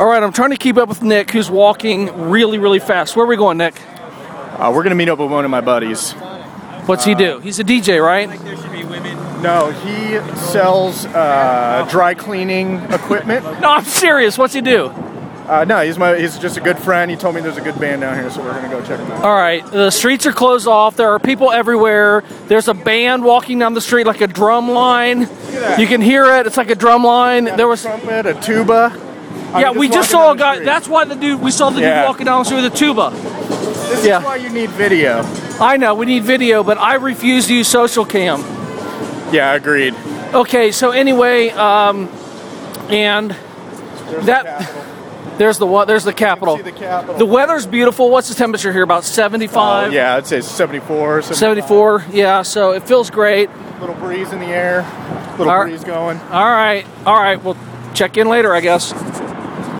All right, I'm trying to keep up with Nick, who's walking really, really fast. Where are we going, Nick? Uh, we're going to meet up with one of my buddies. What's he do? He's a DJ, right? There should be women. No, he sells uh, dry cleaning equipment. No, I'm serious. What's he do? Uh, no, he's my he's just a good friend. He told me there's a good band down here, so we're going to go check him out. All right, the streets are closed off. There are people everywhere. There's a band walking down the street like a drum line. that. You can hear it. It's like a drum line. There was trumpet, a tuba. I Yeah, mean, we just walking saw a down the guy. street. That's why the dude we saw the Yeah. dude walking down the street with a tuba. this yeah. is why you need video. I know we need video, but I refuse to use social cam. Yeah, agreed. Okay, so anyway, um, and There's That- the capital. there's the what? There's the capital. See the capital. The weather's beautiful. What's the temperature here? About 75, Oh, yeah, I'd say 74, 74. Yeah, so it feels great. Little breeze in the air. Little All right. breeze going. All right, all right. We'll check in later, I guess.